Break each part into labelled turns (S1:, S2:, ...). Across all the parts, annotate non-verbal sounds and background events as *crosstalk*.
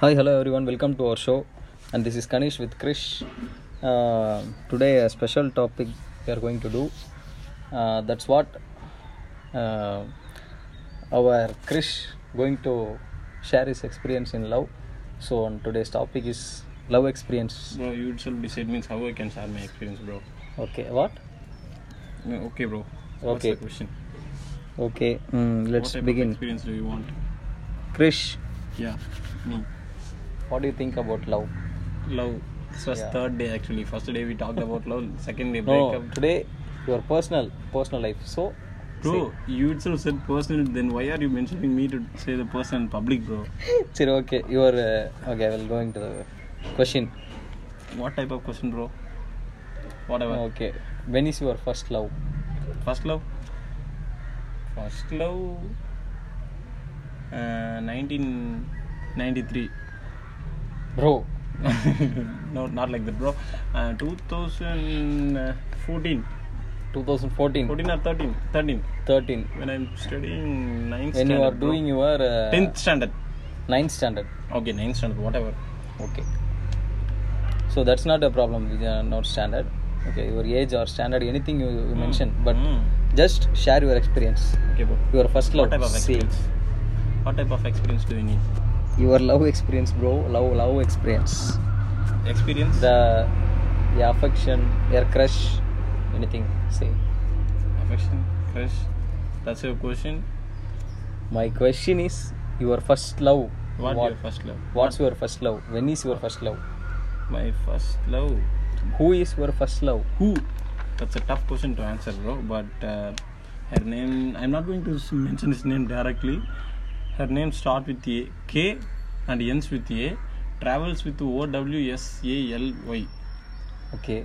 S1: Hi, hello everyone, welcome to our show. And this is Kanish with Krish. Uh, today, a special topic we are going to do. Uh, that's what uh, our Krish going to share his experience in love. So, on today's topic is love experience.
S2: Bro, you itself decide means how I can share my experience, bro.
S1: Okay, what?
S2: No, Okay, bro. What's
S1: Okay.
S2: the question?
S1: Okay, mm,
S2: what
S1: let's
S2: type Of
S1: begin.
S2: experience do you want?
S1: Krish,
S2: Yeah, me.
S1: what do you think about love?
S2: Love. This was
S1: Yeah.
S2: third day actually. First day we talked about love. Second day
S1: *laughs* No,
S2: breakup.
S1: today your personal personal life. So,
S2: Bro, you itself said personal. Then why are you mentioning me to say the personal in public, bro?
S1: சரி uh, okay your okay I will going to question
S2: What type of question, bro? Whatever.
S1: Okay when is your first love
S2: First love. First love. Uh, 1993.
S1: Bro
S2: no, not like that, bro. Uh, 2014,
S1: two thousand fourteen
S2: 14 or 13, 13.
S1: Thirteen
S2: When I'm studying 9th
S1: when you
S2: standard,
S1: are doing
S2: bro.
S1: Your
S2: 10th standard.
S1: Ninth standard
S2: Okay, 9th standard, whatever.
S1: Okay so that's not a problem with not standard okay your age or standard anything you mention but
S2: Mm.
S1: Just share your experience
S2: Okay, bro.
S1: Your first love
S2: What type of experience? What type of experience do you need?
S1: Your love experience bro love love experience
S2: Experience?
S1: The affection your crush anything say
S2: Affection? Crush? That's your question?
S1: My question is your first love.
S2: What,
S1: What-
S2: your first love?
S1: What's your first love? When is your first love?
S2: My first love.
S1: Who is your first love?
S2: Who? That's a tough question to answer, bro. But uh, her name, I'm not going to s- mention his name directly. Her name starts with A, K and ends with A, travels with O W S A L Y.
S1: Okay.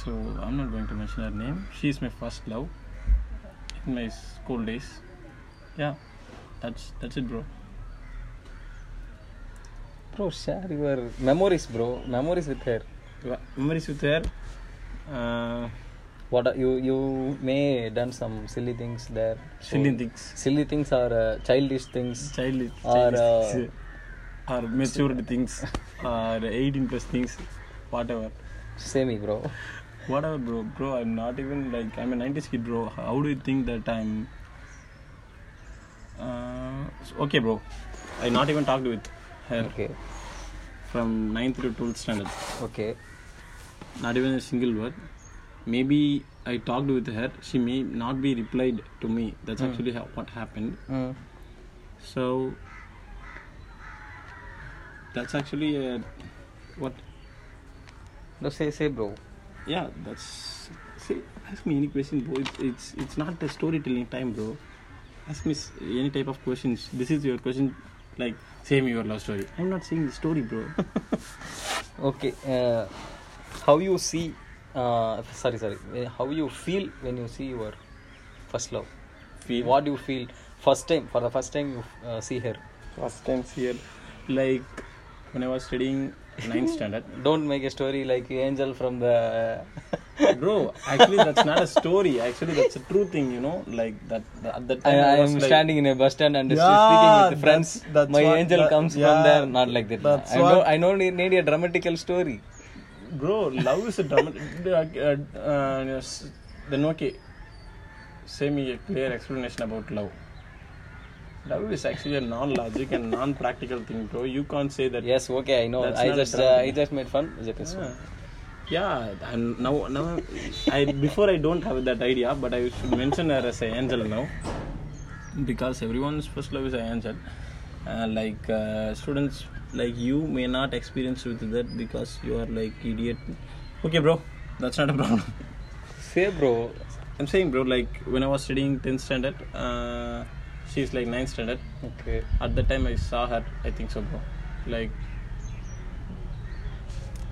S2: So I'm not going to mention her name. She is my first love in my school days. Yeah, that's that's it, bro.
S1: Bro, share your memories, bro. Memories with her.
S2: Wha- Memories with her. Uh,
S1: What are, you you may done some silly things there. So,
S2: silly things,
S1: Silly things are uh, childish things.
S2: childish,
S1: Or,
S2: childish
S1: uh,
S2: things, or matured things, or 18 plus things, whatever.
S1: Semi, bro.
S2: Whatever, bro. Bro, I'm not even like I'm a 90s kid, bro. How do you think that I'm? Uh, s- okay, bro. I not even talked with her
S1: Okay.
S2: from 9th to 12th standard.
S1: Okay.
S2: Not even a single word. Maybe I talked with her. She may not be replied to me. That's
S1: Hmm.
S2: actually how, what happened.
S1: Mm.
S2: So that's actually uh what?
S1: No, say say, bro.
S2: Yeah, that's. See, ask me any question, bro. It's it's, it's not a storytelling time, bro. Ask me s- any type of questions. This is your question, like say me your love story. I'm not saying the story,
S1: *laughs*
S2: bro.
S1: Okay. Uh, how you see? Uh, sorry, sorry. Uh, How you feel when you see your first love?
S2: Feel.
S1: What do you feel first time? For the first time you uh, see her.
S2: First time here, like when I was
S1: *laughs*
S2: studying ninth standard,
S1: Don't make a story like angel from the.
S2: bro. Actually, that's not a story. Actually, that's a true thing. You know, like that. that at that
S1: I,
S2: time,
S1: I am
S2: was like,
S1: standing in a bus stand and
S2: Yeah,
S1: speaking with friends.
S2: that's- that's
S1: My
S2: what-
S1: angel
S2: that-
S1: comes from
S2: yeah,
S1: there. Not like that.
S2: that's
S1: I know.
S2: what-
S1: I know. Need, need a dramatical story.
S2: Bro, love is a *laughs* drama. uh, uh, yes. then okay, say me a clear explanation about love. Love is actually a non-logic and non-practical thing, bro. You can't say that.
S1: Yes. Okay. I know.
S2: That's
S1: I
S2: not a
S1: just. Uh,
S2: drama.
S1: I just made fun. That is
S2: Yeah. Yeah, and now now I before I don't have that idea, but I should mention her as an angel now, because everyone's first love is an angel. Uh, like uh, students like you may not experience with that because you are like idiot. Okay, bro, that's not a problem. *laughs*
S1: Say, bro.
S2: I'm saying, bro, like when I was studying 10th standard, uh, she's like 9th standard.
S1: Okay.
S2: At the time I saw her, I think so, bro. Like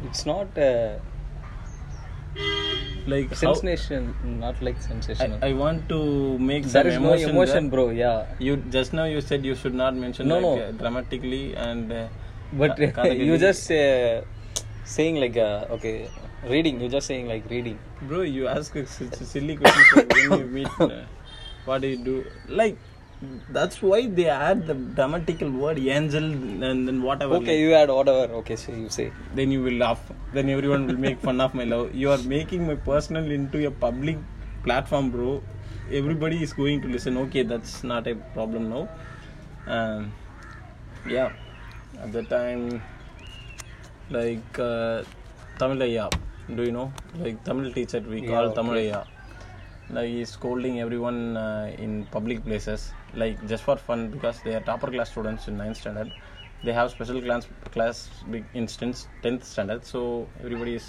S1: It's not. Uh,
S2: like how,
S1: sensation. Not like sensational.
S2: I, I want to make
S1: there
S2: some
S1: is no
S2: emotion
S1: emotion,
S2: there.
S1: bro. Yeah.
S2: You just now you said you should not mention
S1: No,
S2: like,
S1: no.
S2: Uh, dramatically and uh,
S1: But
S2: ca- category.
S1: *laughs* you just uh, saying like uh, okay, reading. You just saying like reading. *laughs*
S2: bro you ask such a silly questions like when you meet uh, what do you do like That's why they add the grammatical word angel and then whatever.
S1: Okay, you add whatever. Okay, so you say.
S2: Then you will laugh. Then everyone will make fun of my love. You are making my personal into a public platform, bro. Everybody is going to listen. Okay, that's not a problem now. Um, yeah, at the time, like uh, Tamil Ayya. Do you know? Like Tamil teacher, we
S1: Yeah,
S2: call
S1: okay.
S2: Tamil Ayya. Like he's scolding everyone uh, in public places, like just for fun because they are topper class students in 9th standard. They have special class class big instance 10th standard, so everybody is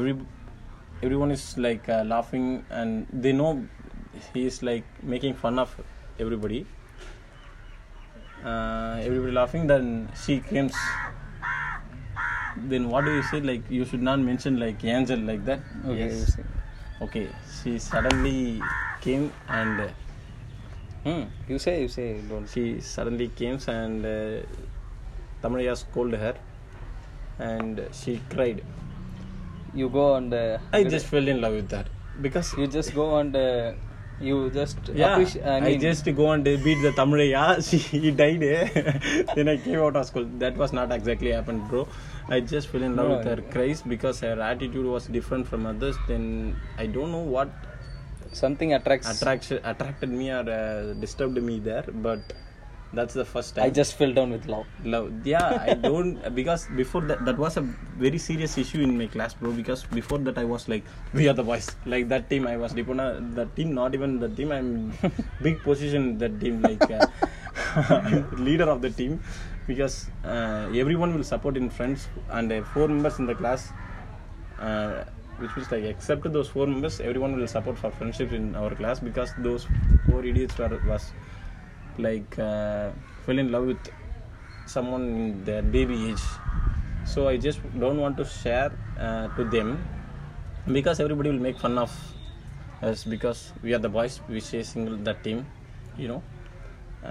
S2: every everyone is like uh, laughing and they know he is like making fun of everybody. Uh, everybody laughing. Then she comes. Then what do you say? Like you should not mention like angel like that.
S1: Okay,
S2: Yes.
S1: you say.
S2: Okay, she suddenly came and uh, hmm,
S1: You say, you say, you don't.
S2: she suddenly came and uh, Tamariya scolded her and she cried.
S1: You go and. Uh,
S2: I just fell in love with that because
S1: You just go and. Uh, you just.
S2: yeah,
S1: appreci-
S2: I,
S1: I mean,
S2: just go and beat the *laughs* Tamariya. She he died. Eh? *laughs* then I came out of school. That was not exactly happened, bro. I just fell in love
S1: No,
S2: with her cries because her attitude was different from others. Then I don't know what
S1: Something attracts.
S2: attraction attracted me or uh, disturbed me there but that's the first time
S1: I just fell down with love.
S2: love yeah i don't *laughs* because before that that was a very serious issue in my class bro because before that i was like we are the boys like that team i was dipona that team not even the team i'm big position in that team like uh, *laughs* leader of the team because uh, everyone will support in friends and uh, four members in the class uh, which was like except those four members everyone will support for friendship in our class because those four idiots were was like uh, fell in love with someone in their baby age so i just don't want to share uh, to them because everybody will make fun of us because we are the boys we say single that team you know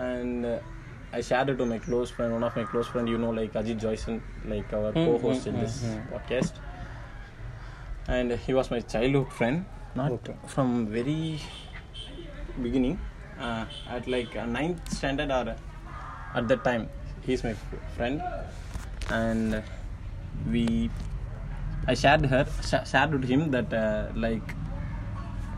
S2: and uh, i shared it to my close friend one of my close friend you know like ajit joyson like our co-host in this podcast and he was my childhood friend not
S1: Okay.
S2: from very beginning uh, at like a ninth standard or uh, at that time he's my f- friend and we i shared her sh- shared with him that uh, like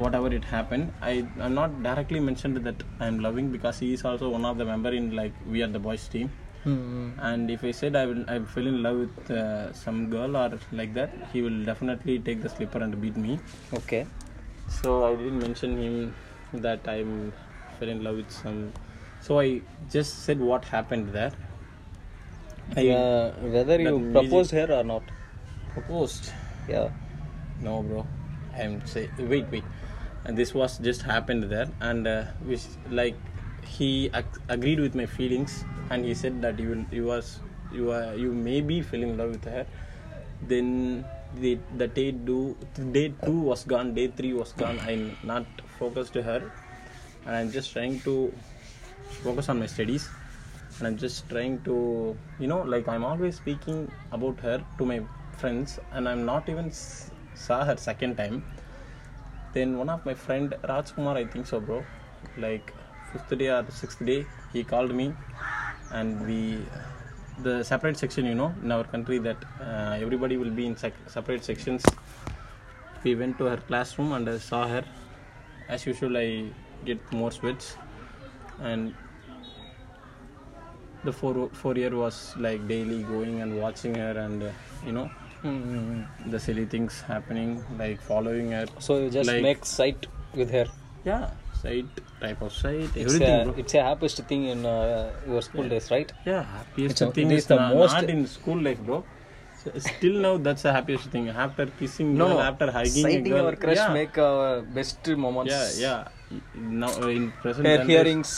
S2: whatever it happened i i'm not directly mentioned that i'm loving because he is also one of the member in like we are the boys team and if I said I will I fell in love with uh, some girl or like that, he will definitely take the slipper and beat me.
S1: Okay.
S2: So I didn't mention him that I fell in love with some. So I just said what happened there. I
S1: uh, whether
S2: that
S1: you
S2: music-
S1: proposed her or not.
S2: proposed.
S1: Yeah.
S2: No, bro. I'm say wait, wait. And this was just happened there, and uh, which like he ac- agreed with my feelings, and he said that you will, you was, you are, you may be fell in love with her. Then the the day two, day two was gone, day three was gone. I'm not focused to her, and I'm just trying to focus on my studies. And I'm just trying to, you know, like I'm always speaking about her to my friends, and I'm not even s- saw her second time. Then one of my friend Rajkumar, I think so, bro. Like fifth day or sixth day, he called me, and we, the separate section, you know, in our country that uh, everybody will be in sec- separate sections. We went to her classroom and I saw her. As usual, I get more sweats, and the four four year was like daily going and watching her and uh, you know the silly things happening like following her
S1: So you just
S2: Like-
S1: make sight with her.
S2: yeah site type of site
S1: It's
S2: everything
S1: a,
S2: bro.
S1: it's a happiest thing in uh, your school days, right?
S2: yeah happiest
S1: It's a-
S2: thing
S1: it
S2: is
S1: is the
S2: na-
S1: most-
S2: not in school life bro So, still now that's the happiest thing after kissing girl, after hugging a
S1: Sighting
S2: girl,
S1: our crush
S2: yeah,
S1: make our best moments.
S2: yeah yeah now uh, in present
S1: Her
S2: generation-
S1: hearings,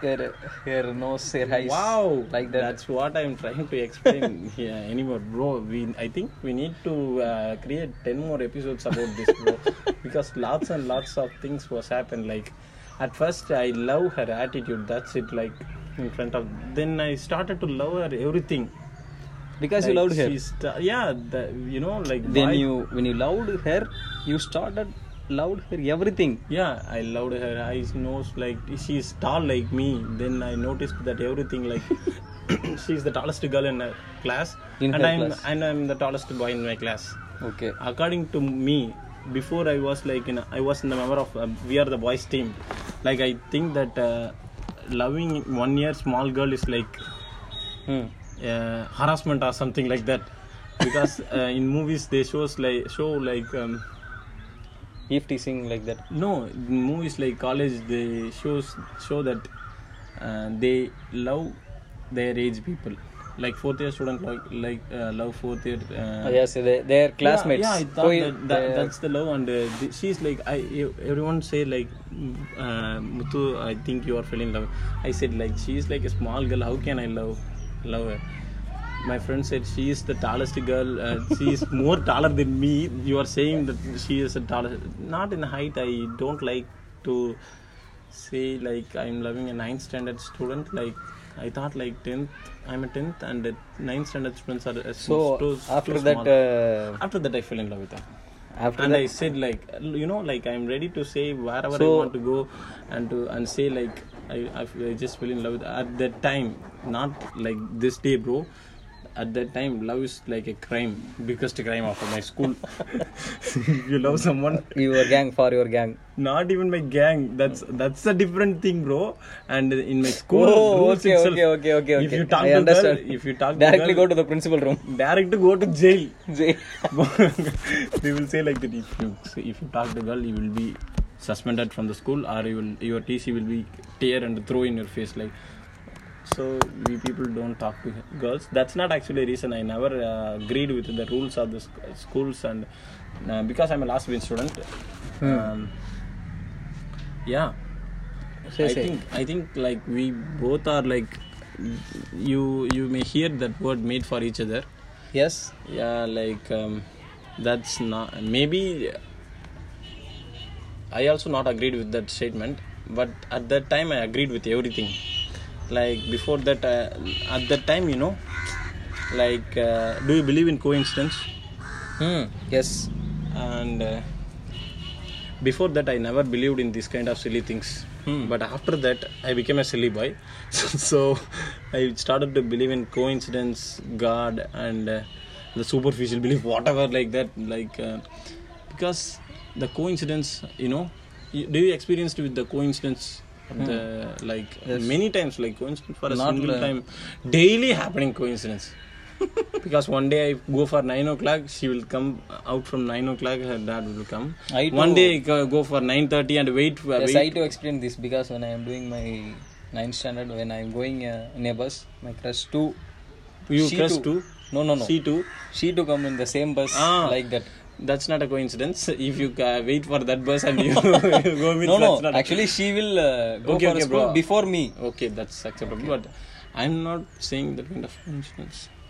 S1: her, her nose, her eyes.
S2: Wow,
S1: Like that.
S2: That's what I'm trying to explain here anymore, bro. We, I think we need to uh, create ten more episodes about this, bro,
S1: *laughs*
S2: because lots and lots of things was happened. Like, at first I love her attitude. That's it. Like in front of. Then I started to love her everything.
S1: because you
S2: Like,
S1: loved her.
S2: she sta- yeah, the, you know, like
S1: When
S2: why-
S1: you when you loved her, you started loved her everything.
S2: Yeah, I loved her eyes, nose. Like she's tall like me. Then I noticed that everything. Like *coughs* she's the tallest girl in her class,
S1: In
S2: and
S1: her
S2: I'm
S1: class.
S2: and I'm the tallest boy in my class.
S1: Okay.
S2: According to me, before I was like in, I was in the member of uh, we are the boys team. Like I think that uh, loving one year small girl is like
S1: Hmm.
S2: uh, harassment or something like that, because uh, in movies they shows like show like. Um,
S1: If teasing like that.
S2: no in movies like college they shows show that uh, they love their age people like fourth year student like like uh, love fourth year uh,
S1: Oh, yes, they, their classmates.
S2: yeah, yeah, I
S1: Co-
S2: thought that, that,
S1: their-
S2: that's the love, and uh, the, she's like, I ev- everyone say like, mm, uh, Muthu, I think you are fell in love. I said like, she's like a small girl. How can I love, love her? My friend said she is the tallest girl. Uh, she
S1: *laughs*
S2: is more taller than me. You are saying that she is the tallest. Not in height. I don't like to say like I'm loving a ninth standard student. Like I thought like tenth. I'm a tenth, and the ninth standard students are uh,
S1: so
S2: too,
S1: after
S2: too
S1: that,
S2: small
S1: uh,
S2: after that i fell in love with her
S1: after
S2: and
S1: that,
S2: i said like you know like i'm ready to say wherever i
S1: So-
S2: want to go and to and say like I, I f- I just fell in love with at that time not like this day bro at that time love is like a crime biggest crime of my
S1: *laughs*
S2: school *laughs* if you love someone
S1: your gang for your gang.
S2: not even my gang that's that's a different thing bro and in my school
S1: Oh,
S2: rules
S1: okay,
S2: itself,
S1: okay, okay, okay,
S2: if
S1: okay.
S2: you talk
S1: I
S2: to
S1: understand.
S2: girl if you talk
S1: Directly
S2: to girl,
S1: go to the principal room. *laughs*
S2: direct to go to jail
S1: Jay.
S2: *laughs* they will say like that if you if you talk to girl you will be suspended from the school or you will your tc will be tear and throw in your face like so we people don't talk to girls that's not actually a reason i never uh, agreed with the rules of the sc- schools and uh, because i'm a last bench student
S1: Hmm.
S2: um, yeah
S1: Say,
S2: I
S1: say.
S2: think I think like we both are like you you may hear that word made for each other
S1: Yes.
S2: yeah like um, that's not maybe i also not agreed with that statement but at that time i agreed with everything like before that uh, at that time you know like uh, do you believe in coincidence
S1: Hmm. Yes.
S2: and uh, before that i never believed in these kind of silly things but after that i became a silly boy *laughs* so i started to believe in coincidence god and uh, the superficial belief whatever like that like uh, because the coincidence you know you, do you experienced with the coincidence of the like many times like coincidence for a
S1: Not
S2: single
S1: the-
S2: time daily happening coincidence because one day I go for nine o'clock, she will come out from nine o'clock. Her dad will come.
S1: I
S2: one
S1: too-
S2: day I go go for nine thirty and wait. For,
S1: yes, I
S2: wait.
S1: to explain this because when I am doing my ninth standard, when I am going uh, in a bus, my crush too.
S2: You
S1: she
S2: press
S1: too.
S2: two.
S1: No, no, no.
S2: C two.
S1: She to come in the same bus
S2: Ah.
S1: like that.
S2: That's not a coincidence. *laughs* If you uh, wait for that bus
S1: *laughs*
S2: and you *laughs* go with
S1: no,
S2: that's
S1: no.
S2: not
S1: Actually, she will uh, go
S2: Okay,
S1: for
S2: okay,
S1: school
S2: bro.
S1: before me.
S2: okay. That's acceptable. But I'm not saying that kind of coincidence.